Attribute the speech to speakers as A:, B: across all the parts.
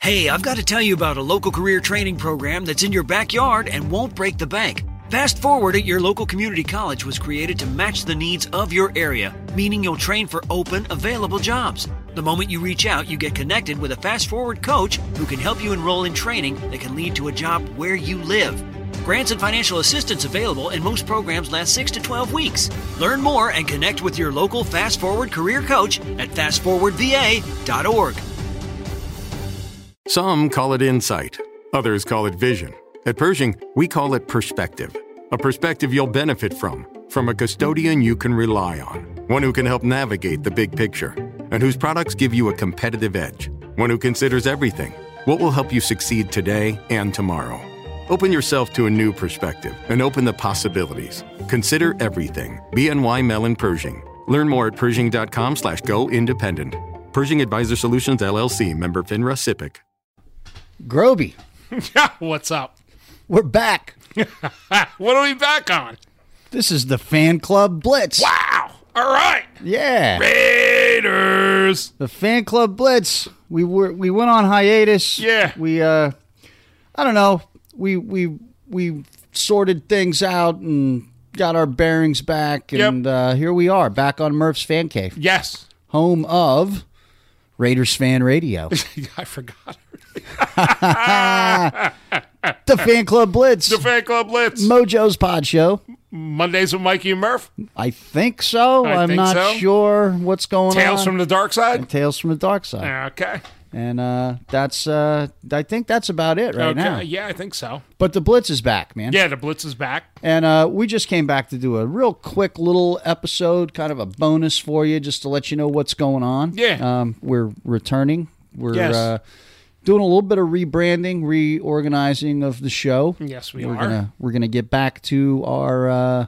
A: Hey, I've got to tell you about a local career training program that's in your backyard and won't break the bank. Fast Forward at your local community college was created to match the needs of your area, meaning you'll train for open, available jobs. The moment you reach out, you get connected with a Fast Forward coach who can help you enroll in training that can lead to a job where you live. Grants and financial assistance available, and most programs last 6 to 12 weeks. Learn more and connect with your local Fast Forward career coach at fastforwardva.org.
B: Some call it insight, others call it vision. At Pershing, we call it perspective. A perspective you'll benefit from, from a custodian you can rely on, one who can help navigate the big picture, and whose products give you a competitive edge, one who considers everything what will help you succeed today and tomorrow. Open yourself to a new perspective and open the possibilities. Consider everything. BNY Mellon Pershing. Learn more at Pershing.com slash go independent. Pershing Advisor Solutions LLC, member FINRA SIPC.
C: Groby,
D: What's up?
C: we're back.
D: What are we back on?
C: This is the fan club blitz.
D: Wow. All right.
C: Yeah.
D: Raiders.
C: The fan club blitz. We were we went on hiatus.
D: Yeah.
C: We uh I don't know. We we we sorted things out and got our bearings back and uh here we are back on Murph's Fan Cave,
D: Yes.
C: home of Raiders Fan Radio.
D: I forgot.
C: the Fan Club Blitz.
D: The Fan Club Blitz.
C: Mojo's Pod Show.
D: Mondays with Mikey and Murph.
C: I think so.
D: I
C: am
D: think
C: not
D: so.
C: sure what's going
D: Tales
C: on.
D: from the Dark Side.
C: Tales from the Dark Side.
D: Okay.
C: And uh, that's uh, I think that's about it right
D: okay.
C: now.
D: Yeah, I think so.
C: But the Blitz is back, man.
D: Yeah, the Blitz is back.
C: And uh, we just came back to do a real quick little episode, kind of a bonus for you, just to let you know what's going on.
D: Yeah.
C: Um, we're returning. We're
D: Yes.
C: uh, doing a little bit of rebranding, reorganizing of the show.
D: Yes, we
C: we're
D: are.
C: Gonna, we're gonna get back to our uh,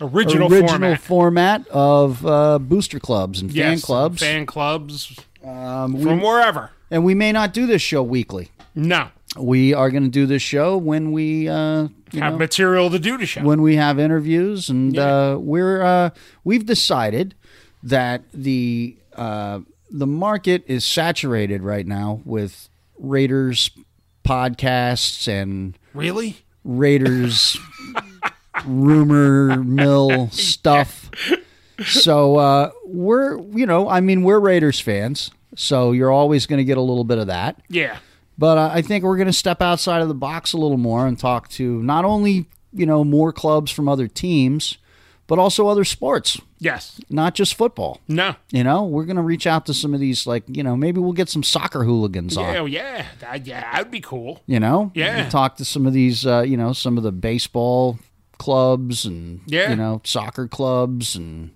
D: Original,
C: original
D: format.
C: format of uh, booster clubs and fan
D: Yes,
C: clubs,
D: Fan clubs.
C: um, we-
D: From wherever.
C: and we may not do this show weekly.
D: No.
C: We are going to do this show when we uh, you
D: Have
C: know,
D: material to do to show.
C: when we have interviews and
D: Yeah.
C: uh, we're uh, we've decided that the uh, the market is saturated right now with Raiders podcasts and
D: really?
C: Raiders rumor mill stuff. So uh, we're you know I mean we're Raiders fans, so you're always going to get a little bit of that.
D: Yeah.
C: But uh, I think we're going to step outside of the box a little more and talk to not only you know more clubs from other teams, but also other sports,
D: Yes.
C: not just football.
D: No.
C: You know, we're going to reach out to some of these like you know maybe we'll get some soccer hooligans on.
D: Yeah, oh, yeah. That, yeah, that'd be cool.
C: You know,
D: Yeah.
C: talk to some of these uh, you know some of the baseball clubs and
D: Yeah.
C: you know soccer clubs and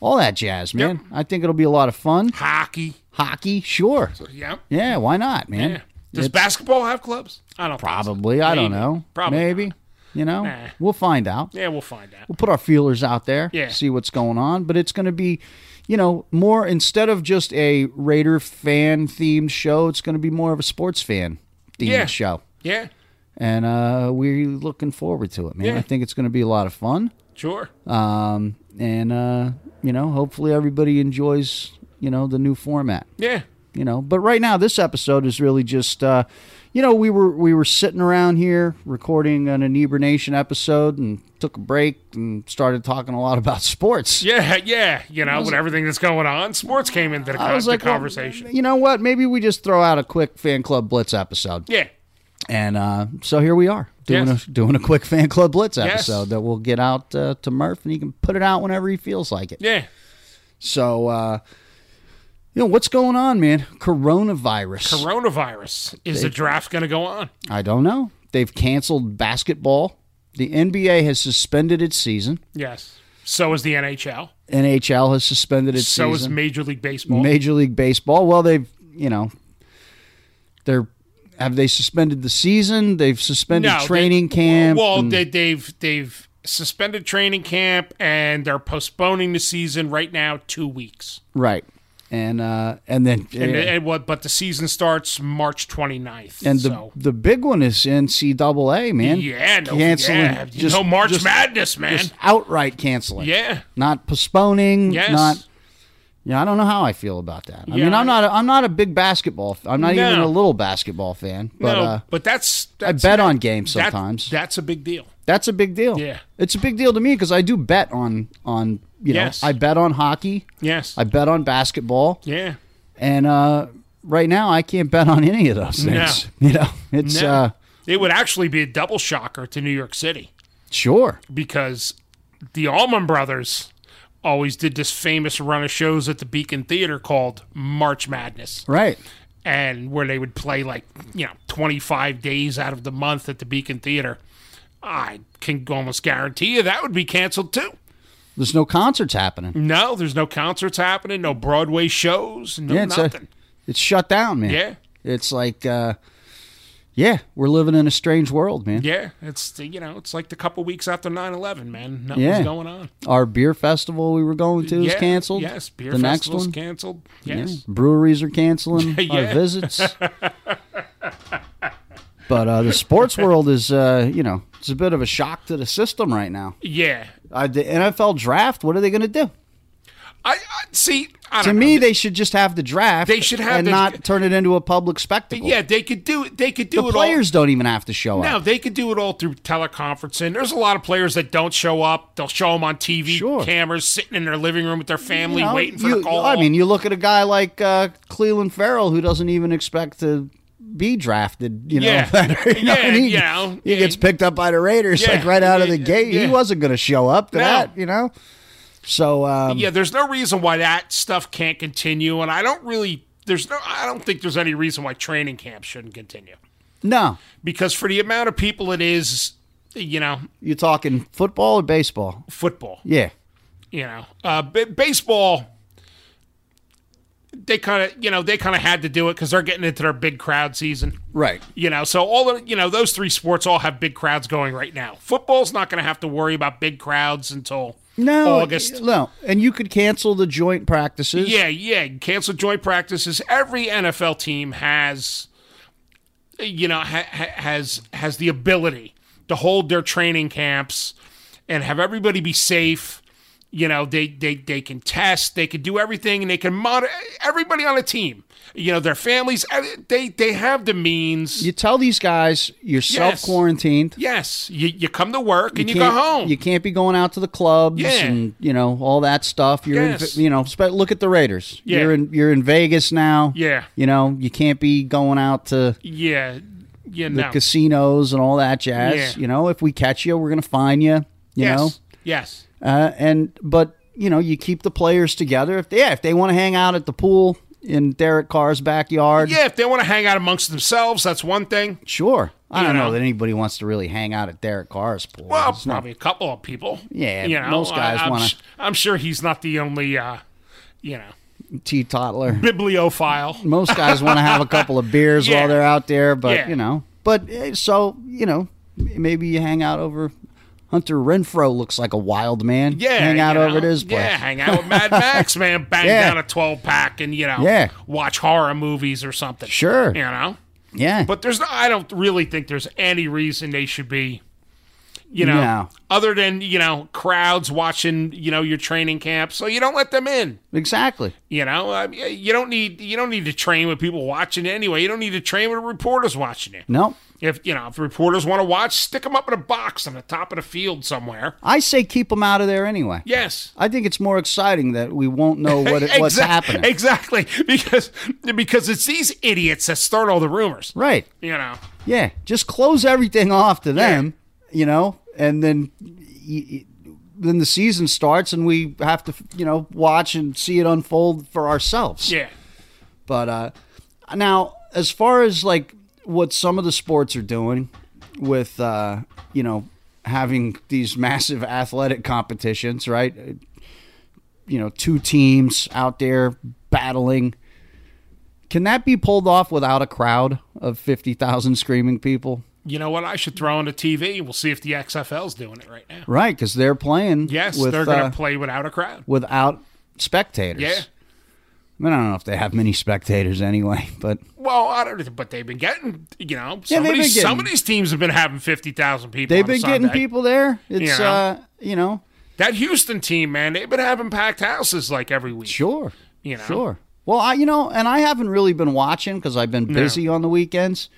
C: all that jazz, man. I think it'll be a lot of fun.
D: Hockey.
C: Hockey, sure.
D: Yep.
C: Yeah, why not, man?
D: Yeah. Does
C: It's-
D: basketball have clubs? I don't think so.
C: Probably. I don't
D: Maybe.
C: know.
D: Probably
C: Maybe.
D: not.
C: You know,
D: Nah.
C: we'll find out.
D: Yeah, we'll find out.
C: We'll put our feelers out there,
D: Yeah.
C: see what's going on. But it's going to be, you know, more instead of just a Raider fan themed show, it's going to be more of a sports fan themed
D: Yeah.
C: show.
D: Yeah,
C: And uh, we're looking forward to it, man.
D: Yeah.
C: I think it's going to be a lot of fun.
D: sure.
C: Um, and, uh, you know, hopefully everybody enjoys, you know, the new format.
D: yeah.
C: you know. But right now, this episode is really just, uh, you know, we were we were sitting around here recording an Inebriation Nation episode and took a break and started talking a lot about sports.
D: Yeah, yeah. You know, with everything that's going on, sports came into the,
C: I
D: con-
C: was
D: the
C: like, well,
D: conversation.
C: you know what? Maybe we just throw out a quick fan club blitz episode.
D: yeah.
C: And uh, so here we are doing
D: Yes.
C: a doing a quick fan club blitz
D: Yes.
C: episode that we'll get out uh, to Murph and he can put it out whenever he feels like it.
D: Yeah.
C: So uh, you know what's going on, man? Coronavirus.
D: Coronavirus. Is the draft going to go on?
C: I don't know. They've canceled basketball. The NBA has suspended its season.
D: Yes. So is the NHL.
C: NHL has suspended its
D: So is
C: season.
D: Major League Baseball.
C: Major League Baseball. Well, they've you know they're have they suspended the season? They've suspended
D: they-
C: training camp.
D: Well,
C: and-
D: they, they've they've suspended training camp and they're postponing the season right now two weeks.
C: right. And uh, and then
D: And, and what? But the season starts March 29th.
C: And the
D: so.
C: the big one is NCAA, man.
D: yeah, no,
C: canceling
D: yeah,
C: just
D: no March
C: just-
D: Madness, man.
C: just outright canceling.
D: yeah,
C: Not postponing.
D: yes,
C: Not yeah, I don't know how I feel about that. I
D: Yeah,
C: mean, I'm
D: I-
C: not a, I'm not a big basketball. f- I'm not
D: No.
C: even a little basketball fan, but
D: no,
C: uh,
D: but that's,
C: I
D: that's
C: bet
D: that-
C: on games
D: that-
C: sometimes.
D: that's a big deal.
C: that's a big deal.
D: Yeah.
C: It's a big deal to me because I do bet on on you know
D: Yes.
C: I bet on hockey.
D: Yes,
C: I bet on basketball,
D: yeah,
C: and uh, right now I can't bet on any of those
D: No.
C: things. You know, it's
D: No.
C: uh,
D: it would actually be a double shocker to New York City.
C: sure.
D: because the Allman Brothers always did this famous run of shows at the Beacon Theater called March Madness,
C: Right.
D: and where they would play like you know 25 days out of the month at the Beacon Theater. I can almost guarantee you that would be canceled too.
C: There's no concerts happening.
D: No, there's no concerts happening, no Broadway shows, no
C: Yeah, it's a-
D: nothing.
C: It's shut down, man.
D: yeah,
C: It's like, uh, yeah, we're living in a strange world, man.
D: yeah. It's the- you know, it's like the couple weeks after 9/11, man. Nothing's
C: Yeah.
D: going on.
C: Our beer festival we were going to is
D: Yeah,
C: canceled.
D: Yes, beer
C: the next
D: festival's
C: one.
D: canceled. Yes.
C: Breweries are canceling
D: Yeah.
C: our visits. but uh, the sports world is, uh, you know, it's a bit of a shock to the system right now.
D: Yeah.
C: Uh, the NFL draft, what are they going to do?
D: I, I see. I
C: To
D: don't
C: me,
D: know.
C: they should just have the draft.
D: They should have
C: and
D: the-
C: not turn it into a public spectacle.
D: yeah, they could do it. They could do
C: the
D: it
C: players don't even have to show
D: all. No,
C: up.
D: they could do it all through teleconferencing. There's a lot of players that don't show up. They'll show them on TV
C: Sure.
D: cameras, sitting in their living room with their family,
C: You know,
D: waiting for
C: you-
D: the call.
C: I mean, you look at a guy like uh, Cleveland Farrell who doesn't even expect to be drafted. You know,
D: Yeah.
C: You know,
D: Yeah,
C: and he,
D: you know,
C: he gets
D: yeah.
C: picked up by the Raiders
D: Yeah,
C: like right out of the
D: yeah,
C: gate. He
D: yeah.
C: wasn't going to show up to
D: No.
C: that. You know, so um,
D: yeah, there's no reason why that stuff can't continue, and I don't really. There's no. I don't think there's any reason why training camp shouldn't continue
C: no,
D: because for the amount of people it is, you know,
C: you talking football or baseball?
D: football.
C: Yeah,
D: you know, uh, b- baseball. They kind of, you know, they kind of had to do it because they're getting into their big crowd season,
C: right.
D: you know. So all the, you know, those three sports all have big crowds going right now. Football's not going to have to worry about big crowds until
C: No,
D: August.
C: No, and you could cancel the joint practices.
D: Yeah, yeah. Cancel joint practices. Every NFL team has, you know, ha- ha- has has the ability to hold their training camps and have everybody be safe. You know, they they they can test, they can do everything, and they can monitor everybody on a team. You know, their families. eh, They they have the means.
C: You tell these guys you're self quarantined.
D: yes, you you come to work and you, go
C: can't-
D: home.
C: You can't be going out to the clubs
D: Yeah.
C: and you know all that stuff. You're
D: Yes.
C: in, you know spe- look at the Raiders.
D: Yeah.
C: You're in you're in Vegas now.
D: Yeah.
C: You know you can't be going out to
D: yeah, you
C: the
D: know.
C: casinos and all that jazz.
D: Yeah.
C: You know if we catch you, we're gonna fine you. You
D: yes,
C: know
D: yes,
C: uh, and but you know you keep the players together. If they, yeah, if they want to hang out at the pool in Derek Carr's backyard,
D: yeah. If they want to hang out amongst themselves, that's one thing.
C: sure. I
D: You
C: don't know.
D: know.
C: that anybody wants to really hang out at Derek Carr's pool.
D: Well,
C: It's not-
D: probably a couple of people.
C: Yeah, most guys
D: I, am
C: wanna-
D: I'm sure he's not the only, uh, you know,
C: teetotaler.
D: bibliophile.
C: most guys want to have a couple of beers
D: Yeah.
C: while they're out there, but
D: Yeah.
C: you know, but eh, so you know, m- maybe you hang out over. Hunter Renfro looks like a wild man.
D: Yeah,
C: hang out
D: you
C: over at
D: know.
C: his place.
D: Yeah, hang out with Mad Max, man. Bang
C: Yeah.
D: down a 12 pack and you know,
C: Yeah.
D: watch horror movies or something.
C: Sure.
D: you know.
C: Yeah,
D: But there's, no, I don't really think there's any reason they should be, you know,
C: No.
D: other than, you know, crowds watching, you know, your training camp. So you don't let them in.
C: Exactly.
D: You know, I mean, you don't need you don't need to train with people watching it anyway. You don't need to train with reporters watching it.
C: No.
D: If you know, if reporters want to watch, stick them up in a box on the top of the field somewhere.
C: I say keep them out of there anyway.
D: Yes.
C: I think it's more exciting that we won't know what it, what's
D: Exac-
C: happening.
D: Exactly. Because because it's these idiots that start all the rumors.
C: Right.
D: You know.
C: Yeah. Just close everything off to them, you know, and then y- y- then the season starts and we have to, you know, watch and see it unfold for ourselves.
D: Yeah.
C: But uh, now, as far as like what some of the sports are doing with, uh, you know, having these massive athletic competitions, right? You know, two teams out there battling. Can that be pulled off without a crowd of 50,000 screaming people?
D: You know what? I should throw on the TV. We'll see if the XFL's doing it right now.
C: Right, because they're playing.
D: Yes,
C: with,
D: they're going to
C: uh,
D: play without a crowd.
C: without spectators.
D: Yeah.
C: I mean, I don't know if they have many spectators anyway, but
D: Well, I don't. But they've been getting, you know,
C: Yeah,
D: some,
C: they've
D: of, these,
C: been
D: some
C: getting-
D: of these teams have been having fifty thousand people.
C: they've
D: on a
C: been getting
D: Sunday.
C: people there. It's,
D: know.
C: uh, you know,
D: That Houston team, man, they've been having packed houses like every week.
C: Sure.
D: You know?
C: Sure. Well, I you know, and I haven't really been watching because I've been busy on the weekends,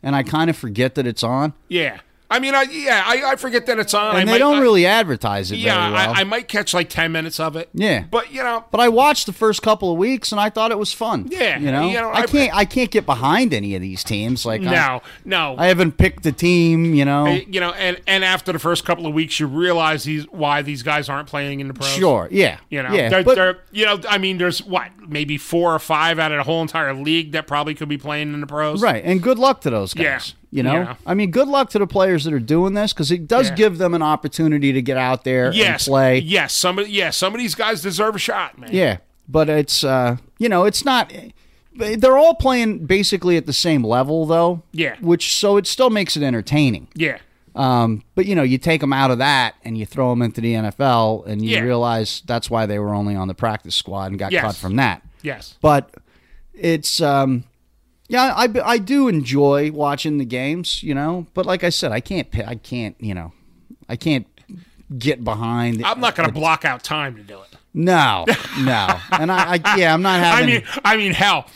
C: and I kind of forget that it's on.
D: Yeah, I mean, I yeah, I, I forget that it's on.
C: And
D: I
C: they
D: might-
C: don't
D: I-
C: really advertise it
D: Yeah,
C: very well.
D: I, I might catch like ten minutes of it.
C: Yeah.
D: but you know,
C: but I watched the first couple of weeks and I thought it was fun.
D: Yeah,
C: you know,
D: you know,
C: I
D: I-
C: can't I can't get behind any of these teams. Like I,
D: no, no,
C: I haven't picked the team. You know,
D: you know, and and after the first couple of weeks, you realize these why these guys aren't playing in the pros.
C: sure, yeah,
D: You know,
C: yeah,
D: they're,
C: but
D: they're, you know, I mean, there's what maybe four or five out of the whole entire league that probably could be playing in the pros.
C: right, and good luck to those guys.
D: Yeah,
C: You know,
D: yeah.
C: I mean, good luck to the players that are doing this because it does
D: Yeah.
C: give them an opportunity to get out there
D: Yes.
C: and play.
D: Yes. Somebody. Yeah. Some of these guys deserve a shot, man.
C: Yeah, but it's uh, you know, it's not. They're all playing basically at the same level, though.
D: Yeah.
C: Which so it still makes it entertaining.
D: Yeah.
C: Um, but you know, you take them out of that and you throw them into the NFL, and you
D: Yeah.
C: realize that's why they were only on the practice squad and got
D: Yes.
C: cut from that.
D: Yes.
C: But it's um, yeah, I I do enjoy watching the games, you know. But like I said, I can't pi- I can't you know, I can't get behind.
D: I'm not going to block out time to do it.
C: no, no, and I, I yeah, I'm not
D: I
C: having.
D: mean, I mean, hell,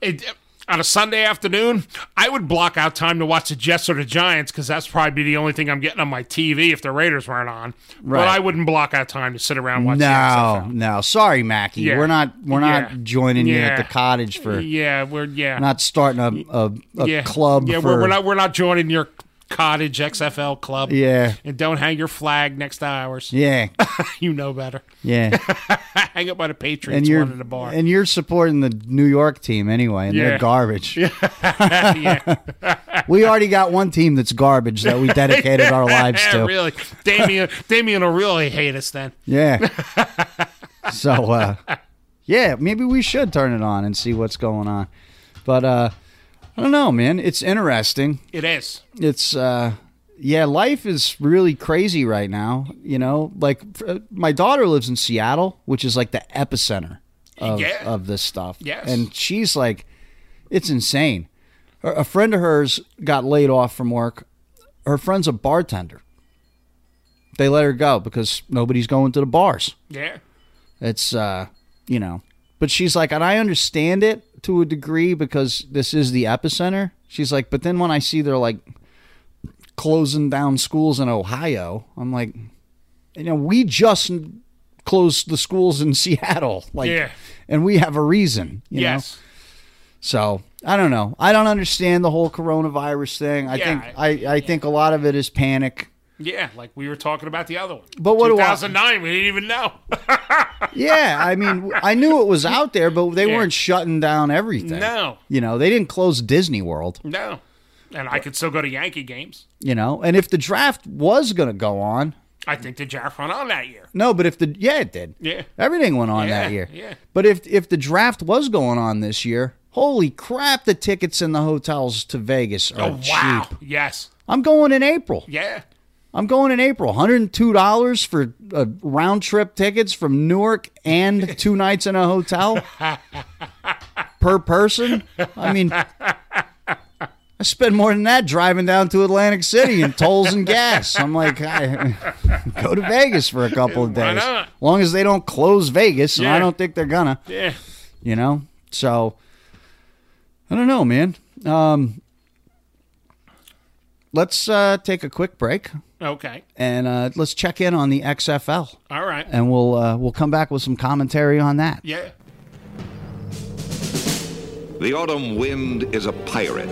D: it, on a Sunday afternoon, I would block out time to watch the Jets or the Giants because that's probably the only thing I'm getting on my TV if the Raiders weren't on.
C: Right.
D: But I wouldn't block out time to sit around and watch. the
C: No,
D: XFL.
C: no. Sorry, Mackie.
D: Yeah.
C: We're not we're not
D: Yeah.
C: joining you at
D: Yeah.
C: the cottage for
D: Yeah, we're yeah,
C: not starting a, a, a
D: yeah.
C: club
D: Yeah,
C: for
D: we're, we're not we're not joining your cottage XFL club.
C: Yeah.
D: and don't hang your flag next to ours.
C: Yeah.
D: you know better.
C: Yeah.
D: hang up by the Patriots
C: and you're
D: one in the bar.
C: and you're supporting the New York team anyway, and they're
D: Yeah.
C: garbage.
D: yeah,
C: We already got one team that's garbage that we dedicated our lives to.
D: really. Damien, Damien will really hate us then.
C: Yeah. so uh yeah, maybe we should turn it on and see what's going on. But uh I don't know, man. It's interesting.
D: It is.
C: it's uh yeah life is really crazy right now you know like f- uh, my daughter lives in seattle which is like the epicenter of,
D: Yeah.
C: of this stuff
D: Yes.
C: and she's like it's insane a a friend of hers got laid off from work her friend's a bartender they let her go because nobody's going to the bars
D: Yeah.
C: it's uh, you know, but she's like, and I understand it to a degree because this is the epicenter. She's like, but then when I see they're like closing down schools in Ohio, I'm like, you know, we just n- closed the schools in Seattle, like,
D: Yeah.
C: and we have a reason, you
D: yes.
C: know. So I don't know. I don't understand the whole coronavirus thing. I
D: Yeah,
C: think I, I think a lot of it is panic.
D: Yeah, like we were talking about the other one.
C: But what do I-
D: 2009, we didn't even know.
C: Yeah, I mean, I knew it was out there, but they
D: Yeah.
C: weren't shutting down everything.
D: No.
C: you know, they didn't close Disney World.
D: no. And I could still go to Yankee games.
C: You know, and if the draft was going to go on,
D: I think the draft went on that year.
C: no, but if the yeah, it did.
D: Yeah.
C: everything went on
D: Yeah,
C: that year.
D: yeah.
C: but if if the draft was going on this year, holy crap, the tickets in the hotels to Vegas are
D: Oh, wow.
C: cheap.
D: Yes.
C: I'm going in April.
D: Yeah.
C: I'm going in April. $102 for uh, round trip tickets from Newark and two nights in a hotel per person. I mean, I spend more than that driving down to Atlantic City and tolls and gas. I'm like, I, go to Vegas for a couple of days.
D: Why not?
C: Long as they don't close Vegas, and
D: Yeah.
C: I don't think they're gonna.
D: Yeah.
C: You know, so I don't know, man. Um, let's uh, take a quick break
D: Okay.
C: and uh, let's check in on the XFL,
D: All right.
C: and we'll uh, we'll come back with some commentary on that.
D: Yeah.
E: The autumn wind is a pirate,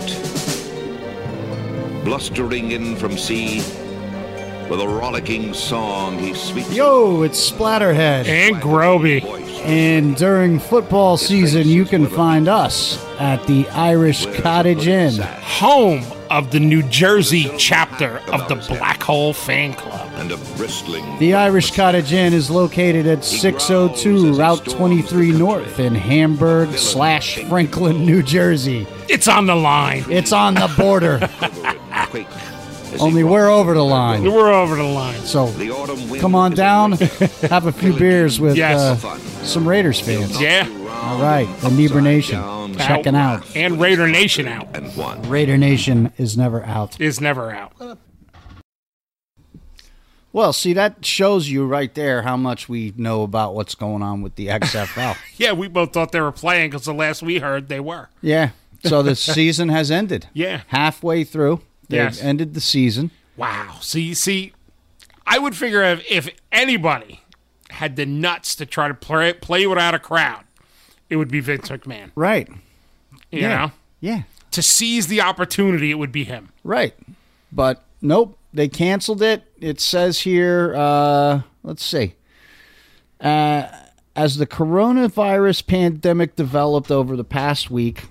E: blustering in from sea. With a rollicking song, he sweeps
C: Yo, it's Splatterhead.
D: And Groby.
E: voice.
C: And during football season, you can find us at the Irish Cottage Inn.
D: Home of the New Jersey chapter of the Black Hole Fan Club.
E: And a bristling.
C: The Irish Cottage Inn is located at 602 Route 23 North in Hamburg slash Franklin, New Jersey.
D: It's on the line.
C: It's on the border,
E: quake as he
C: only we're over the line.
D: We're over the line.
C: So
E: The autumn wind
C: come on
E: is a
C: down,
E: wake-
C: have a few beers with
D: Yes.
C: uh,
E: fun.
C: some Raiders fans.
D: Yeah.
C: All right, the Niebuhr Nation, checking out.
D: And Raider Nation out
E: And one.
C: Raider Nation is never out.
D: is never out.
C: Well, see, that shows you right there how much we know about what's going on with the XFL.
D: Yeah, we both thought they were playing because the last we heard they were.
C: yeah. So the season has ended.
D: Yeah.
C: Halfway through. They've
D: Yes.
C: ended the season.
D: Wow. See, see, I would figure if, if anybody had the nuts to try to play play without a crowd, it would be Vince McMahon.
C: Right.
D: You
C: yeah.
D: know,
C: Yeah.
D: to seize the opportunity, it would be him.
C: Right. But nope, they canceled it. It says here, uh, let's see. Uh, as the coronavirus pandemic developed over the past week,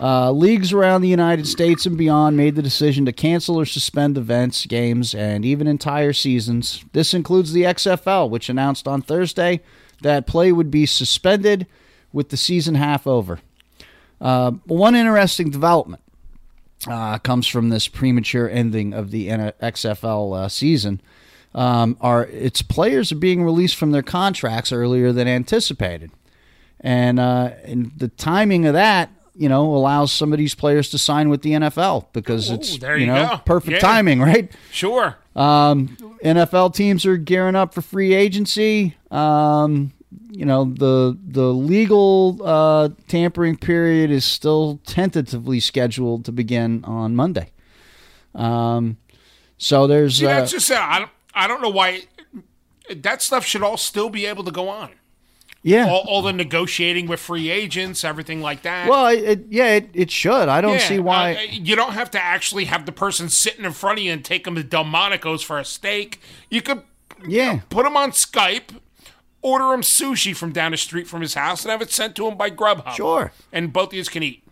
C: uh, leagues around the United States and beyond made the decision to cancel or suspend events, games, and even entire seasons. This includes the XFL, which announced on Thursday that play would be suspended with the season half over. Uh, one interesting development uh, comes from this premature ending of the N- XFL uh, season. Um, are its players are being released from their contracts earlier than anticipated, and uh, and the timing of that, you know, allows some of these players to sign with the NFL because it's
D: there
C: you
D: you
C: know
D: go.
C: perfect
D: Yeah.
C: timing, right?
D: Sure.
C: Um, NFL teams are gearing up for free agency. Um, you know the the legal uh, tampering period is still tentatively scheduled to begin on Monday. Um, so there's
D: See,
C: uh,
D: that's just it. I don't, I don't know why that stuff should all still be able to go on.
C: yeah.
D: All, all the negotiating with free agents, everything like that.
C: well, it, it, yeah, it, it should. I don't
D: Yeah,
C: see why.
D: uh, you don't have to actually have the person sitting in front of you and take them to Delmonico's for a steak. You could
C: yeah,
D: put him on Skype, order him sushi from down the street from his house, and have it sent to him by Grubhub.
C: Sure.
D: And both of you can eat.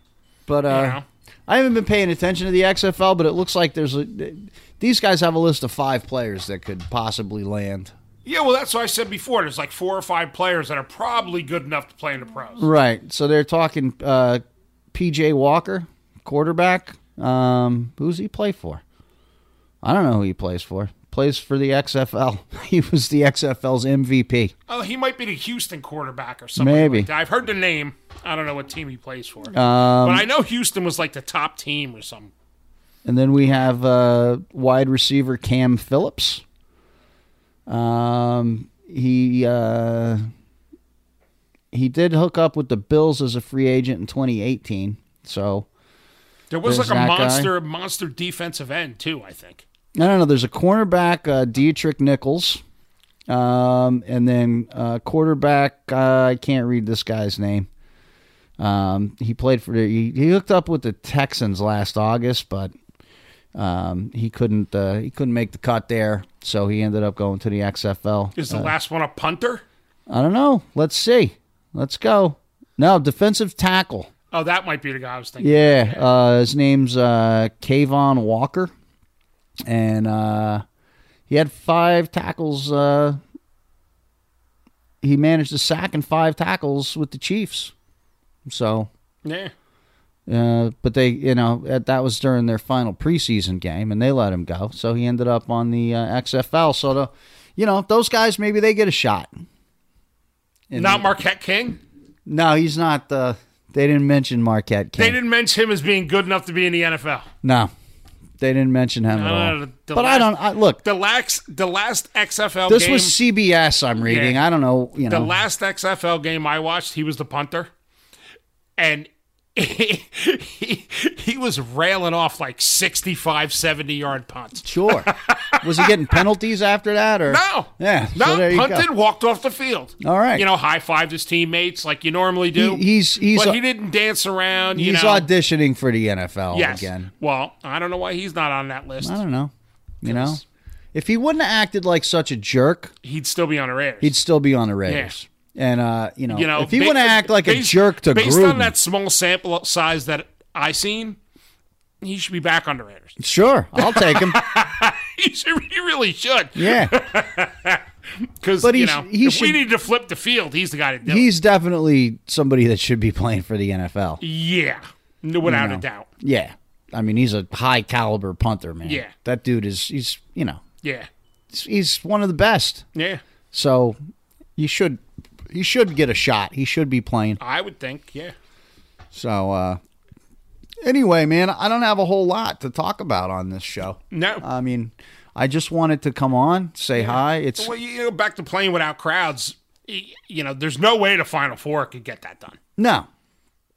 C: but uh,
D: know.
C: I haven't been paying attention to the XFL, but it looks like there's a, these guys have a list of five players that could possibly land.
D: Yeah, well, that's what I said before. There's like four or five players that are probably good enough to play in the pros.
C: Right. So they're talking uh, PJ Walker, quarterback. Um, who's he play for? I don't know who he plays for. Plays for the XFL. he was the XFL's MVP.
D: Oh, he might be the Houston quarterback or something.
C: Maybe. Um,
D: Like that. I've heard the name. I don't know what team he plays for. but I know Houston was like the top team or something.
C: And then we have uh, wide receiver Cam Phillips. Um, he uh, he did hook up with the Bills as a free agent in 2018. So
D: There was
C: There's
D: like a
C: that guy.
D: monster, monster defensive end too. I think.
C: I don't know. There's a cornerback, uh, Dietrich Nichols, um, and then uh, quarterback. Uh, I can't read this guy's name. Um, he played for. He, he hooked up with the Texans last August, but um, he couldn't. Uh, he couldn't make the cut there, so he ended up going to the XFL.
D: Is the last one a punter?
C: I don't know. Let's see. Let's go. No defensive tackle.
D: Oh, that might be the guy I was thinking.
C: Yeah, uh, his name's uh, Kayvon Walker, and uh, he had five tackles. Uh, he managed a sack and five tackles with the Chiefs. So,
D: Yeah.
C: uh, but they, you know, that that was during their final preseason game, and they let him go. So he ended up on the uh, XFL. So, the, you know, those guys maybe they get a shot. And-
D: Not Marquette King.
C: no, he's not. Uh, They didn't mention Marquette. King.
D: They didn't mention him as being good enough to be in the NFL.
C: No, they didn't mention him at
D: no,
C: all.
D: no, the- the
C: but I
D: last-
C: don't I, look.
D: The last, the last XFL
C: this
D: game,
C: was CBS. I'm reading.
D: Yeah.
C: I don't know. You
D: the
C: know.
D: last XFL game I watched, he was the punter, and he, he, he was railing off like 65, 70 yard punts.
C: sure. was he getting penalties after that or
D: No.
C: Yeah.
D: No,
C: so there you go.
D: punted, walked off the field.
C: All right.
D: You know, high fived his teammates like you normally do.
C: He- he's- he's-
D: but he didn't dance around. You
C: He's
D: know.
C: auditioning for the NFL
D: yes.
C: again.
D: Well, I don't know why he's not on that list.
C: I don't know. You know, if he wouldn't have acted like such a jerk,
D: He'd still be on the Raiders.
C: he'd still be on the Raiders. And uh, you know,
D: you know,
C: if he
D: ba-
C: wouldn't act like
D: based-
C: a jerk to
D: based
C: Gruden,
D: on that small sample size that I seen, he should be back on the Raiders.
C: sure, I'll take him.
D: He, should, he really should.
C: yeah,
D: Because
C: But he
D: you
C: sh-
D: know,
C: he
D: if we
C: should-
D: need to flip the field, he's the guy to do it.
C: he's definitely somebody that should be playing for the NFL.
D: Yeah, no, without a
C: know.
D: doubt.
C: Yeah, I mean, he's a high caliber punter, man.
D: Yeah.
C: that dude is. He's you know,
D: Yeah,
C: he's- he's one of the best.
D: yeah.
C: So he should he should get a shot. He should be playing.
D: I would think. Yeah.
C: So uh anyway, man, I don't have a whole lot to talk about on this show.
D: No.
C: I mean, I just wanted to come on, say hi. It's
D: Well, you know, back to playing without crowds. y- You know, there's no way the Final Four could get that done.
C: no.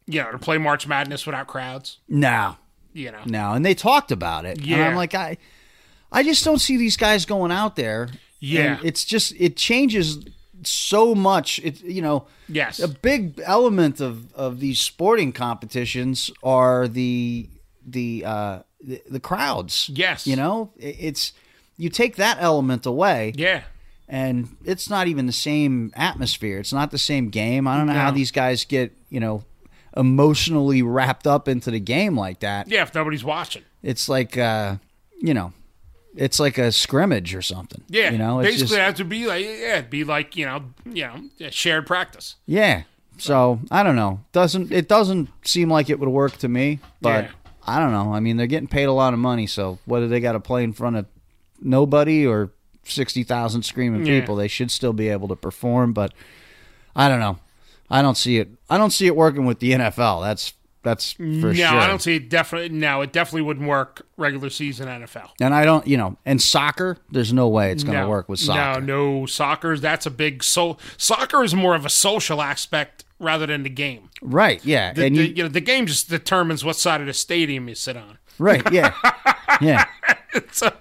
D: You know, to play March Madness without crowds.
C: No.
D: You know,
C: No. And they talked about it. And
D: Yeah.
C: I'm like, I I just don't see these guys going out there.
D: Yeah.
C: And it's just it changes so much. It you know,
D: yes,
C: a big element of of these sporting competitions are the the uh the, the crowds
D: Yes.
C: you know I- it's you take that element away
D: yeah,
C: and it's not even the same atmosphere it's not the same game i don't know how
D: No.
C: these guys get you know emotionally wrapped up into the game like that
D: yeah. If nobody's watching,
C: it's like uh you know it's like a scrimmage or something
D: yeah.
C: you know it's
D: basically,
C: just-
D: it has to be like, yeah, it'd be like you know, you know, yeah, shared practice.
C: Yeah. So I don't know. Doesn't it doesn't seem like it would work to me, but
D: Yeah.
C: I don't know. I mean, they're getting paid a lot of money, so whether they got to play in front of nobody or sixty thousand screaming
D: Yeah.
C: people, they should still be able to perform. But I don't know. I don't see it. I don't see it working with the NFL. That's that's for
D: no,
C: sure.
D: I don't see it. Definitely, no, it definitely wouldn't work regular season NFL.
C: and I don't, you know, and soccer. There's no way it's going to
D: no.
C: work with soccer.
D: No, no, soccer. That's a big so. Soccer is more of a social aspect rather than the game.
C: Right? Yeah.
D: The,
C: and
D: the-
C: you,
D: you know, the game just determines what side of the stadium you sit on.
C: right? Yeah. yeah.
D: so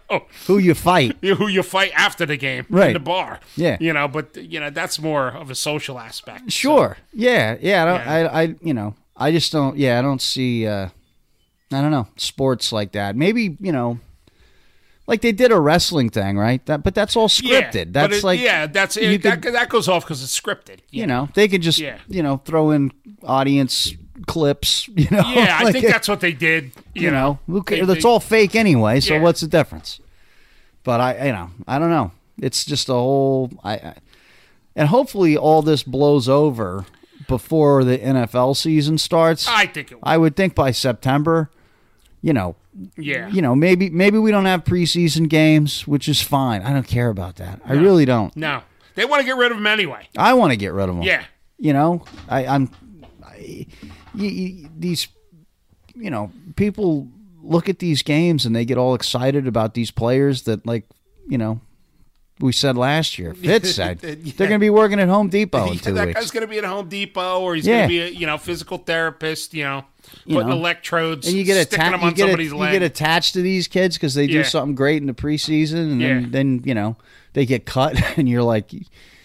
C: Who you fight?
D: you- who you fight after the game in
C: Right.
D: the bar.
C: Yeah.
D: You know, but you know, that's more of a social aspect.
C: Sure. yeah. Yeah. I, don't, I, I, you know, I just don't. Yeah, I don't see. uh I don't know sports like that. Maybe you know, like they did a wrestling thing, right? That, but that's all
D: Yeah,
C: scripted.
D: but
C: that's
D: it-
C: like,
D: yeah, that's
C: you
D: it. That,
C: could-
D: that goes off because it's scripted.
C: you know, they could just,
D: Yeah.
C: you know, throw in audience clips. You know,
D: Yeah, I
C: like,
D: think that's what they did. You,
C: you, know,
D: know,
C: who ca-
D: they-
C: that's
D: they-
C: all fake anyway. So
D: Yeah.
C: what's the difference? But I, you know, I don't know. It's just a whole. I, I and hopefully all this blows over before the NFL season starts.
D: I think it. Was,
C: I would think by September, you know,
D: yeah.
C: you know, maybe maybe we don't have preseason games, which is fine. I don't care about that. I really don't.
D: no, they want to get rid of him anyway.
C: I want to get rid of them.
D: Yeah.
C: You know, I, I'm I, you, you, these, you know, people look at these games and they get all excited about these players that, like, you know, we said last year. Fitz said they're going to be working at Home Depot in
D: Yeah,
C: two
D: that
C: weeks.
D: guy's going to be at Home Depot, or he's
C: Yeah.
D: going to be a you know physical therapist. You know, putting
C: know.
D: electrodes
C: and you get
D: sticking
C: attached.
D: them on
C: You, get a-
D: somebody's
C: you
D: leg.
C: get attached to these kids because they
D: Yeah.
C: do something great in the preseason, and
D: Yeah.
C: then, then you know they get cut, and you're like,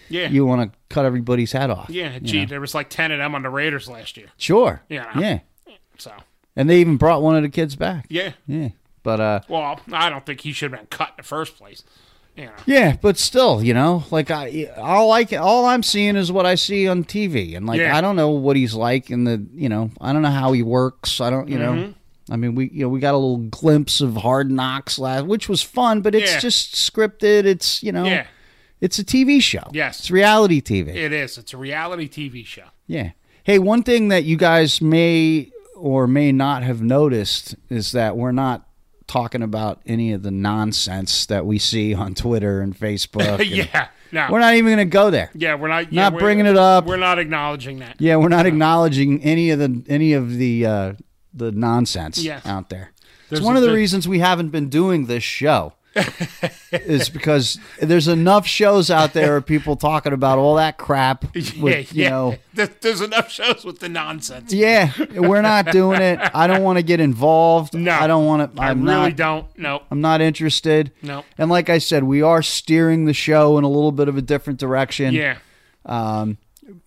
D: yeah,
C: you want to cut everybody's head off.
D: yeah. Gee, there was like ten of them on the Raiders last year.
C: Sure.
D: Yeah.
C: Yeah.
D: So
C: And they even brought one of the kids back.
D: yeah.
C: Yeah. But uh,
D: Well, I don't think he should have been cut in the first place. You know.
C: yeah, but still, you know, like I, all I, can- all I'm seeing is what I see on TV, and like
D: Yeah.
C: I don't know what he's like in the, you know, I don't know how he works. I don't, you know,
D: Mm-hmm.
C: I mean, we, you know, we got a little glimpse of Hard Knocks last, which was fun, but it's
D: Yeah.
C: just scripted. It's, you know,
D: Yeah.
C: it's a TV show.
D: Yes.
C: it's reality TV.
D: It is. It's a reality TV show.
C: Yeah. Hey, one thing that you guys may or may not have noticed is that we're not talking about any of the nonsense that we see on Twitter and Facebook. and
D: yeah. No.
C: We're not even going to go there.
D: yeah, we're not.
C: Not
D: yeah, we're-
C: bringing it up.
D: We're not acknowledging that.
C: Yeah, we're not acknowledging any of the any of the uh, the nonsense
D: Yes.
C: out there.
D: There's
C: it's one
D: a-
C: of the
D: there-
C: reasons we haven't been doing this show. is because there's enough shows out there of people talking about all that crap with you know
D: There- There's enough shows with the nonsense.
C: yeah we're not doing it i don't want to get involved
D: No.
C: i don't want to
D: I
C: i'm
D: really
C: not
D: don't. No.
C: i'm not interested
D: No.
C: and like i said we are steering the show in a little bit of a different direction
D: Yeah.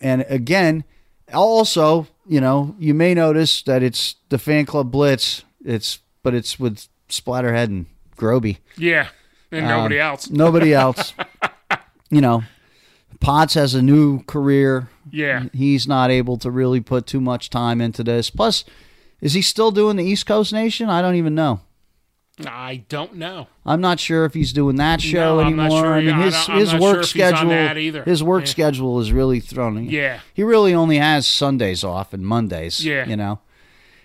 C: And again, also, you know, you may notice that it's the fan club blitz. It's but it's with Splatterhead and Groby.
D: Yeah. And nobody
C: Um,
D: else.
C: Nobody else. you know, Potts has a new career.
D: Yeah.
C: He's not able to really put too much time into this. Plus, is he still doing the East Coast Nation? I don't even know.
D: I don't know.
C: I'm not sure if he's doing that show
D: No, I'm
C: anymore.
D: not sure
C: I mean,
D: either. I
C: his
D: don't- I'm
C: his
D: not
C: work
D: sure if he's on
C: schedule,
D: that either.
C: his work
D: Yeah.
C: schedule is really thrown.
D: Yeah.
C: he really only has Sundays off and Mondays.
D: Yeah.
C: you know,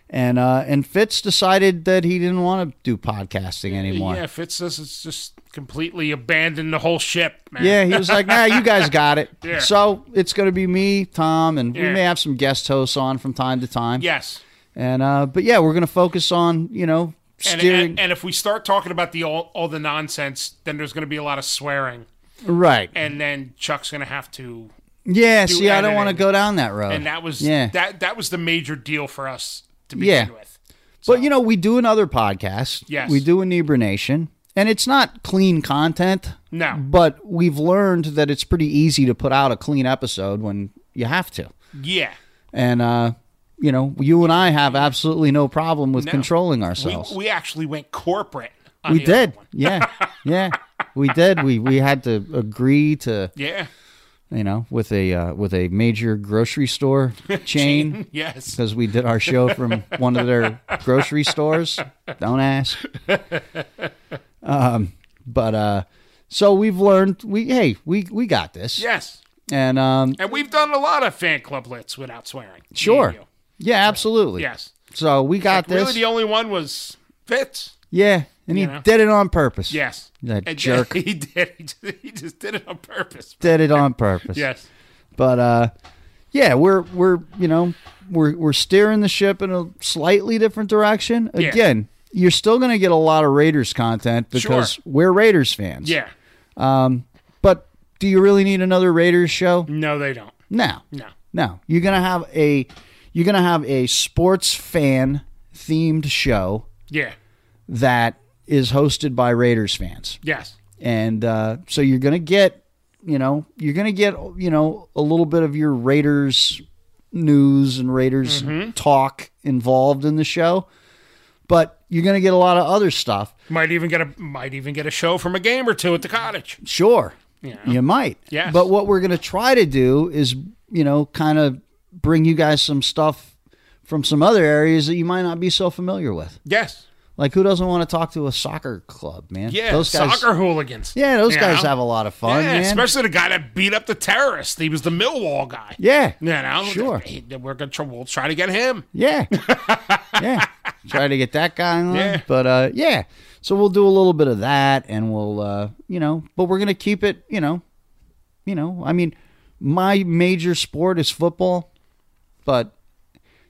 C: and uh, and Fitz decided that he didn't want to do podcasting anymore.
D: Yeah, Fitz says it's just completely abandoned the whole ship, man.
C: Yeah, he was like, "Nah, you guys got it."
D: Yeah.
C: So it's going to be me, Tom, and we
D: Yeah.
C: may have some guest hosts on from time to time.
D: Yes.
C: and uh, but yeah, we're going to focus on you know
D: And,
C: steering
D: and, and if we start talking about the all, all the nonsense, then there's going to be a lot of swearing,
C: right.
D: and then Chuck's going to have to.
C: yeah, see, I don't
D: editing.
C: want to go down that road.
D: And that was
C: yeah.
D: that that was the major deal for us to begin
C: Yeah.
D: with.
C: But you know, we do another podcast.
D: Yes.
C: We do Inebra Nation. And it's not clean content.
D: No.
C: But we've learned that it's pretty easy to put out a clean episode when you have to.
D: Yeah,
C: And uh, you know, you and I have absolutely no problem with controlling
D: we,
C: ourselves.
D: we actually went corporate. On
C: We
D: the other
C: did.
D: one.
C: Yeah. Yeah. We did. We we had to agree to
D: Yeah.
C: you know with a uh, with a major grocery store chain
D: Yes.
C: because we did our show from one of their grocery stores. Don't ask. Um, but uh, so we've learned we hey we we got this.
D: Yes.
C: And um,
D: And we've done a lot of fan club lits without swearing. Me and
C: sure.
D: you.
C: Yeah, absolutely.
D: Yes.
C: So we got
D: Really,
C: this.
D: the only one was Fitz.
C: yeah, and he
D: You know.
C: did it on purpose.
D: Yes.
C: That
D: And-
C: jerk.
D: He did. He just, he just did it on purpose.
C: Did it on purpose.
D: Yes.
C: But uh, yeah, we're we're you know we're we're steering the ship in a slightly different direction.
D: Yeah.
C: Again, you're still going to get a lot of Raiders content because we're Raiders fans.
D: Yeah.
C: But do you really need another Raiders show?
D: No, they don't.
C: No.
D: Mm. No.
C: No. You're gonna have a you're gonna have a sports fan themed show
D: Yeah.
C: that is hosted by Raiders fans.
D: Yes.
C: And uh, so you're gonna get you know, you're gonna get you know, a little bit of your Raiders news and Raiders talk involved in the show. But you're gonna get a lot of other stuff.
D: Might even get a might even get a show from a game or two at the cottage.
C: Sure. You might.
D: Yes.
C: But what we're going to try to do is, you know, kind of bring you guys some stuff from some other areas that you might not be so familiar with.
D: Yes.
C: Like, who doesn't want to talk to a soccer club, man?
D: Yeah.
C: Those guys.
D: soccer hooligans.
C: Yeah, those
D: You
C: guys
D: know?
C: have a lot of fun,
D: Yeah,
C: man.
D: especially the guy that beat up the terrorist. He was the Millwall guy.
C: yeah.
D: You know,
C: Sure.
D: He- we're gonna try, we'll try to get him.
C: Yeah. yeah. Try to get that guy on.
D: Yeah.
C: But uh yeah. So we'll do a little bit of that and we'll uh you know, but we're gonna keep it, you know, you know, I mean, my major sport is football, but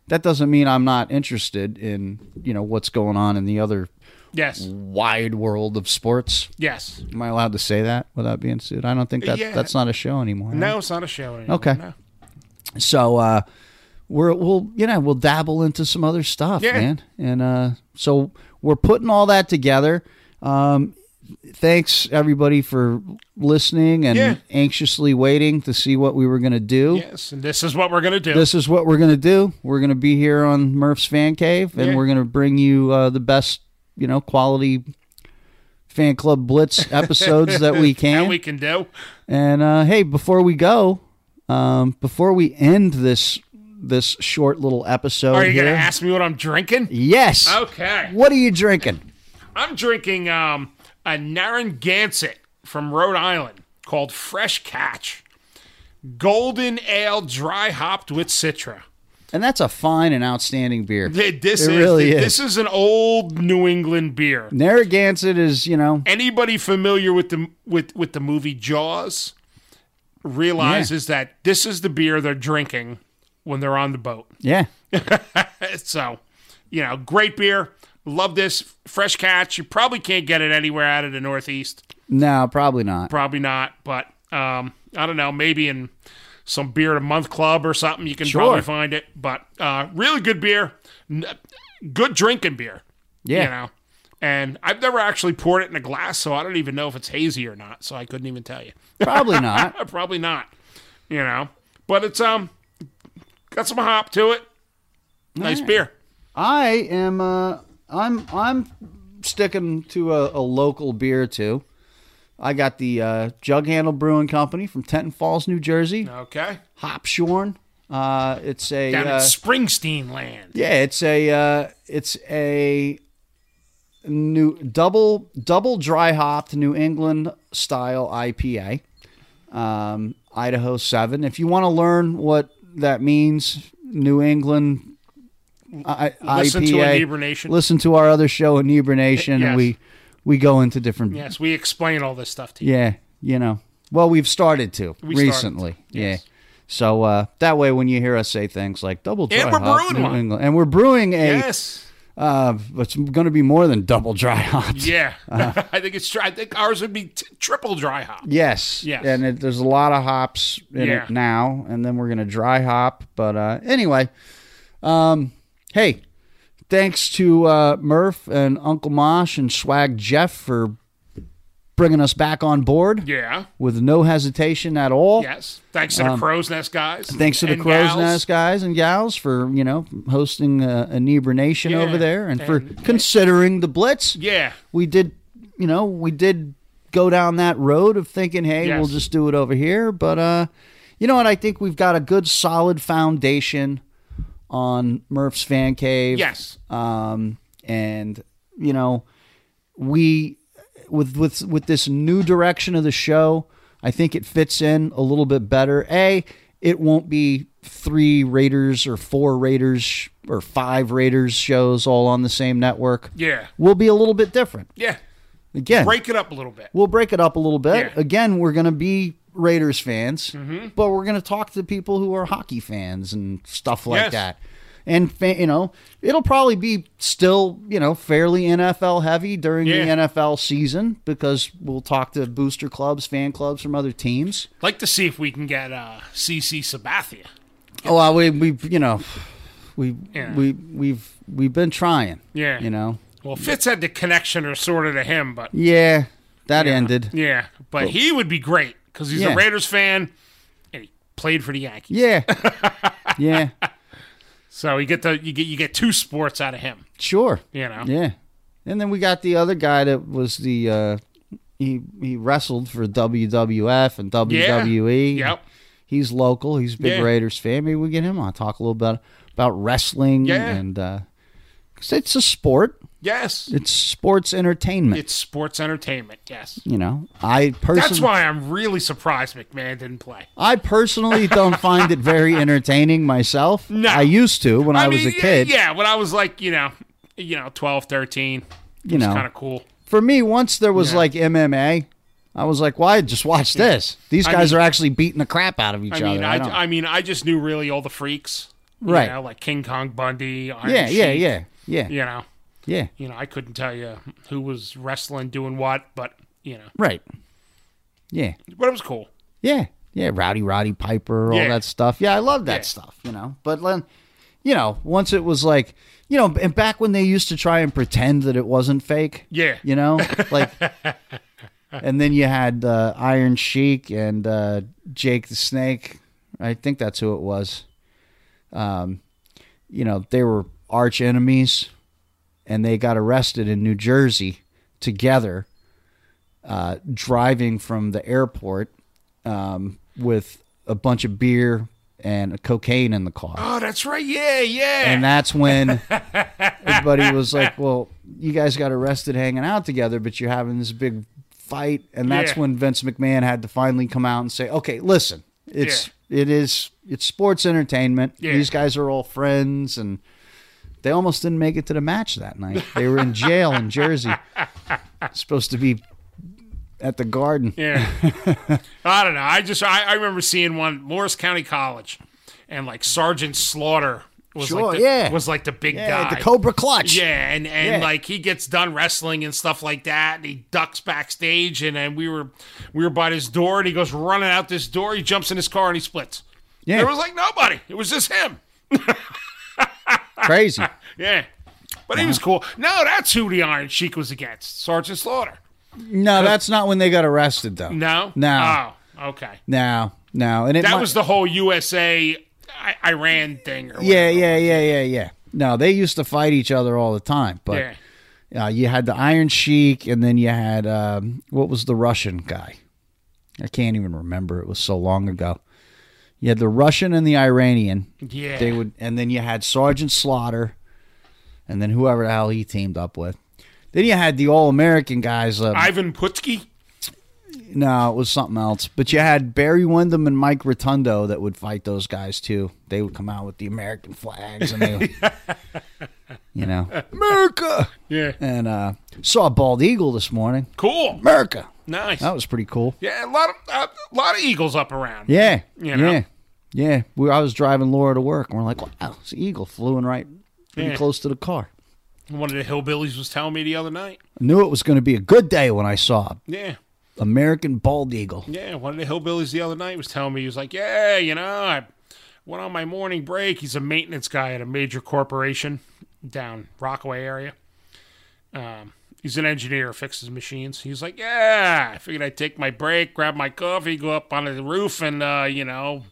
C: that doesn't mean I'm not interested in, you know, what's going on in the other
D: Yes.
C: Mm. wide world of sports.
D: Yes.
C: Am I allowed to say that without being sued? I don't think that
D: Yeah.
C: that's not a show anymore. right?
D: No, it's not a show anymore.
C: Okay.
D: No.
C: so uh we're we'll you know we'll dabble into some other stuff
D: Yeah.
C: man and uh so we're putting all that together um thanks everybody for listening and
D: Yeah.
C: anxiously waiting to see what we were going to do
D: Yes, and this is what we're gonna do.
C: this is what we're going to do we're going to be here on murph's fan cave and
D: Yeah.
C: we're going to bring you uh the best you know quality fan club blitz episodes that we can
D: and we can do.
C: and uh, hey, before we go, um, before we end this this short little episode,
D: Are you
C: here,
D: gonna ask Oh. me what I'm drinking?
C: Yes.
D: Okay.
C: What are you drinking?
D: I'm drinking um, a Narragansett from Rhode Island called Fresh Catch. Golden Ale dry hopped with Citra.
C: And that's a fine and outstanding beer.
D: Th- This
C: It
D: is
C: really
D: th-
C: is.
D: this is an old New England beer.
C: Narragansett is, you know,
D: Anybody familiar with the with with the movie Jaws? realizes that this is the beer they're drinking when they're on the boat.
C: Yeah.
D: So, you know, great beer. Love this fresh catch. You probably can't get it anywhere out of the Northeast.
C: No, probably not.
D: Probably not, but um, I don't know. Maybe in some beer a month club or something, you can probably find it. But uh, really good beer, N- good drinking beer.
C: Yeah.
D: you know. And I've never actually poured it in a glass, so I don't even know if it's hazy or not. So I couldn't even tell you.
C: Probably not.
D: Uh, Probably not. You know, but it's um got some hop to it. Nice beer.
C: I am. Uh, I'm. I'm sticking to a, a local beer too. I got the uh, Jug Handle Brewing Company from Tenton Falls, New Jersey.
D: Okay.
C: Hopshorn. Uh, it's a.
D: Down
C: uh,
D: in Springsteen land.
C: Yeah, it's a uh, it's a new double double dry hopped New England style IPA, um, Idaho Seven. If you want to learn what that means, New England uh, I,
D: Listen
C: IPA.
D: to Inebriation. Nation.
C: Listen to our other show, Inebriation,
D: Yes.
C: and we we go into different.
D: Yes, we explain all this stuff to you.
C: Yeah, you know. Well, we've started to
D: We started
C: recently.
D: to,
C: Yeah.
D: yes.
C: So uh, that way, when you hear us say things like double dry
D: And we're
C: hop,
D: brewing
C: New
D: one.
C: England, and we're brewing a
D: Yes.
C: uh, it's going to be more than double dry hopped.
D: Yeah.
C: Uh-huh.
D: I think it's. tri- I think ours would be t- triple dry hop.
C: Yes.
D: Yes.
C: And it, there's a lot of hops in
D: Yeah.
C: it now, and then we're going to dry hop. But uh, anyway, um, hey, thanks to uh, Murph and Uncle Mosh and Swag Jeff for bringing us back on board
D: Yeah.
C: with no hesitation at all.
D: Yes. Thanks to the crow's nest guys.
C: Um, Thanks to the
D: and
C: Crow's
D: gals.
C: Nest guys and gals for you know hosting uh, Inebra Nation
D: Yeah,
C: over there and, for
D: and-
C: considering the Blitz.
D: Yeah.
C: we did you know we did go down that road of thinking hey
D: Yes.
C: we'll just do it over here but uh you know what i think we've got a good solid foundation on murph's fan cave
D: Yes.
C: um and you know we with with with this new direction of the show i think it fits in a little bit better a it won't be three raiders or four raiders or five raiders shows all on the same network
D: Yeah.
C: will be a little bit different.
D: Yeah.
C: Again,
D: Break it up a little bit.
C: we'll break it up a little bit.
D: Yeah. Mm-hmm.
C: Again, we're going to be Raiders fans, but we're going to talk to people who are hockey fans and stuff like
D: Yes.
C: that. And fa- you know, it'll probably be still you know fairly NFL heavy during
D: Yeah.
C: the NFL season because we'll talk to booster clubs, fan clubs from other teams.
D: Like to see if we can get uh, CC Sabathia.
C: Oh, well, we we you know we
D: Yeah.
C: we we've we've been trying.
D: Yeah.
C: you know,
D: Well, Fitz had the connection or sort of to him, but
C: yeah, that ended.
D: yeah, but he would be great because he's
C: Yeah.
D: a Raiders fan and he played for the Yankees.
C: Yeah, yeah,
D: So you get the you get you get two sports out of him.
C: sure.
D: You know.
C: Yeah. And then we got the other guy that was the uh he he wrestled for WWF and WWE.
D: Yep.
C: He's local. He's a big
D: Yeah.
C: Raiders fan. Maybe we get him on talk a little bit about wrestling
D: Yeah.
C: and uh 'cause it's a sport.
D: Yes.
C: It's sports entertainment.
D: It's sports entertainment. Yes.
C: you know, I
D: That's
C: personally
D: why I'm really surprised McMahon didn't play.
C: I personally don't find it very entertaining myself.
D: No.
C: I used to when I, was a
D: mean,
C: kid.
D: Yeah, when I was like, you know, you know, 12, 13.
C: You
D: It's
C: know,
D: kind of cool.
C: for me, once there was like MMA, I was like, "Why? just watch this. These guys
D: mean-
C: are actually beating the crap out of each
D: I mean,
C: other."
D: I,
C: don't-
D: I, mean, I just knew really all the freaks. you
C: Right.
D: know, like King Kong Bundy. Iron
C: yeah, yeah,
D: Sheik,
C: yeah, yeah, yeah,
D: You know, you know, I couldn't tell you who was wrestling, doing what, but you know,
C: Right. Yeah,
D: but it was cool.
C: yeah, yeah. Rowdy Roddy Piper, all
D: Yeah.
C: that stuff. Yeah, I love that
D: Yeah.
C: stuff. You know, but then, you know, once it was like, you know, and back when they used to try and pretend that it wasn't fake.
D: Yeah.
C: You know, like. And then you had uh, Iron Sheik and uh, Jake the Snake. I think that's who it was. Um, you know, they were arch enemies and they got arrested in New Jersey together, uh, driving from the airport um, with a bunch of beer and cocaine in the car.
D: Oh, that's right. Yeah, yeah.
C: And that's when everybody was like, well, you guys got arrested hanging out together, but you're having this big fight. And that's
D: Yeah.
C: when Vince McMahon had to finally come out and say, okay, listen, it's, it is, it's sports entertainment.
D: Yeah.
C: These guys are all friends and they almost didn't make it to the match that night. They were in jail in Jersey. Supposed to be at the garden.
D: Yeah. I don't know. I just I, I remember seeing one Morris County College and like Sergeant Slaughter was
C: Sure,
D: like the,
C: yeah.
D: was like the big
C: Yeah,
D: guy.
C: the Cobra clutch.
D: Yeah, and and
C: Yeah.
D: like he gets done wrestling and stuff like that, and he ducks backstage, and then we were we were by his door, and he goes running out this door. He jumps in his car and he splits.
C: Yeah.
D: There was like nobody. It was just him.
C: Crazy.
D: Yeah, but he was cool. No, that's who the Iron Sheik was against, Sergeant Slaughter.
C: No, that's not when they got arrested though.
D: No,
C: No.
D: Oh, okay.
C: No. No. And it
D: That
C: might-
D: was the whole USA I- Iran thing. Or
C: Yeah, yeah, yeah, yeah, yeah. No, they used to fight each other all the time, but
D: whatever.
C: uh, you had the Iron Sheik, and then you had um, what was the Russian guy? I can't even remember. It was so long ago. You had the Russian and the Iranian.
D: yeah, yeah.
C: They would, and then you had Sergeant Slaughter, and then whoever the hell he teamed up with. Then you had the All American guys. Uh,
D: Ivan Putski.
C: no, it was something else. But you had Barry Windham and Mike Rotundo that would fight those guys too. They would come out with the American flags and they, would, you know, America.
D: Yeah,
C: And uh, saw a bald eagle this morning.
D: cool.
C: America.
D: Nice.
C: That was pretty cool.
D: Yeah, a lot of a lot of Eagles up around.
C: Oh. Yeah.
D: You know?
C: Yeah. Yeah. We, I was driving Laura to work and we're like, wow, this eagle flew in right pretty
D: Yeah.
C: close to the car.
D: One of the hillbillies was telling me the other night.
C: I knew it was going to be a good day when I saw
D: Yeah.
C: American bald eagle.
D: Yeah, one of the hillbillies the other night was telling me he was like, "Yeah, you know, I went on my morning break. He's a maintenance guy at a major corporation down Rockaway area. Um, he's an engineer, fixes machines. He's like, "Yeah, I figured I'd take my break, grab my coffee, go up on the roof, and uh, you know,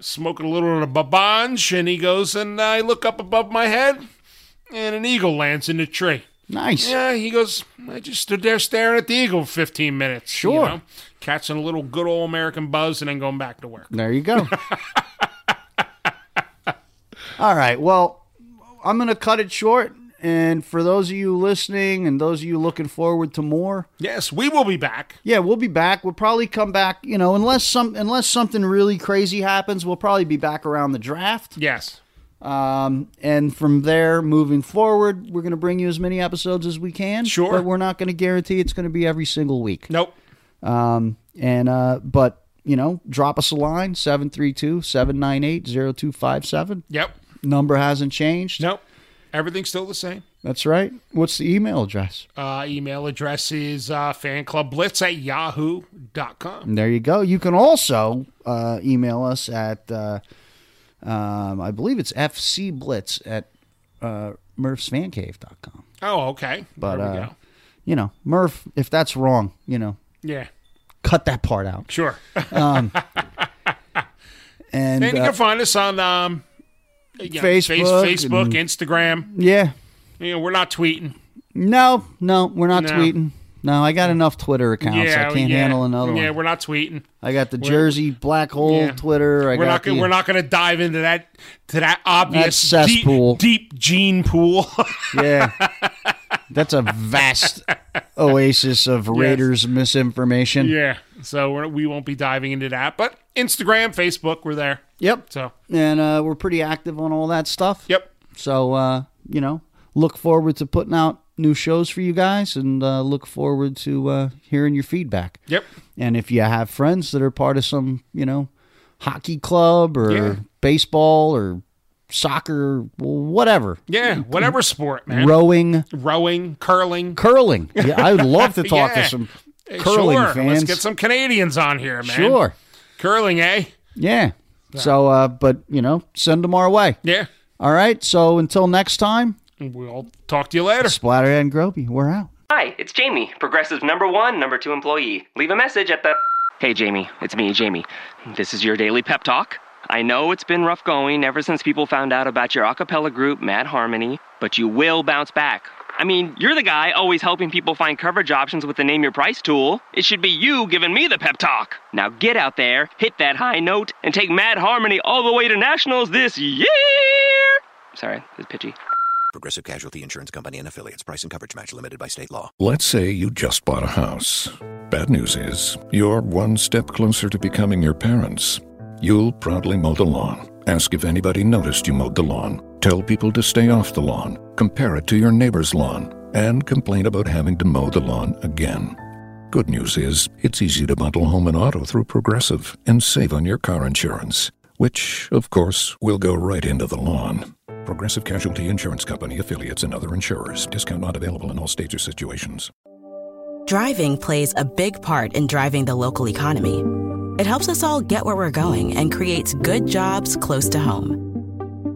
D: smoking a little of the babange." And he goes, and I look up above my head, and an eagle lands in the tree.
C: Nice.
D: Yeah, he goes, I just stood there staring at the eagle for 15 minutes. Sure. Catching a little good old American buzz and then going back to work.
C: There you go. All right. Well, I'm going to cut it short. And for those of you listening and those of you looking forward to more,
D: Yes, we will be back.
C: yeah, we'll be back. We'll probably come back, you know, unless some unless something really crazy happens, we'll probably be back around the draft.
D: Yes.
C: Um, and from there, moving forward, we're going to bring you as many episodes as we can.
D: Sure.
C: But we're not going to guarantee it's going to be every single week.
D: Nope.
C: Um, and, uh, but, you know, drop us a line 732 798 0257.
D: Yep.
C: Number hasn't changed.
D: Nope. Everything's still the same.
C: That's right. What's the email address?
D: Uh, email address is uh, fanclubblitz at yahoo.com.
C: And there you go. You can also uh, email us at, uh, um, I believe it's fcblitz at uh, murphsfancave.com.
D: Oh, okay.
C: But,
D: there we
C: uh,
D: go.
C: you know, Murph, if that's wrong, you know,
D: Yeah,
C: cut that part out.
D: sure. And,
C: And,
D: you
C: uh,
D: can find us on um, yeah, face-
C: Facebook
D: Facebook,
C: and-
D: Instagram.
C: yeah,
D: You know, we're not tweeting.
C: no, no, we're not
D: No.
C: tweeting. No, I got enough Twitter accounts.
D: yeah,
C: I can't
D: yeah.
C: handle another
D: Yeah,
C: one.
D: we're not tweeting.
C: I got the Jersey black hole
D: Yeah.
C: Twitter. I
D: we're
C: got
D: not gonna,
C: the-
D: we're not going to dive into that to that obvious
C: That
D: deep,
C: cesspool.
D: deep gene pool.
C: Yeah, that's a vast oasis of Raiders misinformation.
D: yeah, so we're, we won't be diving into that. But Instagram, Facebook, we're there.
C: Yep.
D: So
C: And uh, we're pretty active on all that stuff.
D: yep,
C: So uh, you know, look forward to putting out new shows for you guys, and uh, look forward to uh, hearing your feedback.
D: yep,
C: And if you have friends that are part of some, you know, hockey club or
D: Yeah.
C: baseball or soccer, whatever,
D: yeah. Whatever sport, man.
C: rowing,
D: Rowing, curling,
C: curling. Yeah, I would love to talk
D: Yeah.
C: to some
D: Hey,
C: curling
D: sure.
C: fans.
D: Let's get some Canadians on here, man.
C: sure.
D: curling, eh?
C: Yeah. So, uh, but, you know, send them our way.
D: Yeah.
C: All right. So until next time,
D: We'll talk to you later.
C: Splatterhead and Groby, we're out.
F: Hi, it's Jamie, Progressive number one, number two employee. Leave a message at the. Hey, Jamie, it's me, Jamie. This is your daily pep talk. I know it's been rough going ever since people found out about your a cappella group, Mad Harmony, but you will bounce back. I mean, you're the guy always helping people find coverage options with the Name Your Price tool. It should be you giving me the pep talk. Now get out there, hit that high note, and take Mad Harmony all the way to nationals this year! Sorry, this is pitchy.
G: Progressive Casualty Insurance Company and affiliates. Price and coverage match limited by state law.
H: Let's say you just bought a house. Bad news is, you're one step closer to becoming your parents. You'll proudly mow the lawn. Ask if anybody noticed you mowed the lawn. Tell people to stay off the lawn. Compare it to your neighbor's lawn. And complain about having to mow the lawn again. Good news is, it's easy to bundle home and auto through Progressive and save on your car insurance, which, of course, will go right into the lawn. Progressive Casualty Insurance Company, affiliates, and other insurers. Discount not available in all states or situations.
I: Driving plays a big part in driving the local economy. It helps us all get where we're going and creates good jobs close to home.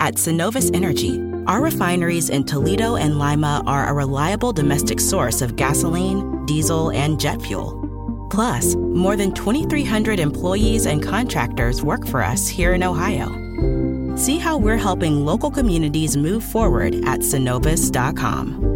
I: At Synovus Energy, our refineries in Toledo and Lima are a reliable domestic source of gasoline, diesel, and jet fuel. Plus, more than 2,300 employees and contractors work for us here in Ohio. See how we're helping local communities move forward at synovus.com.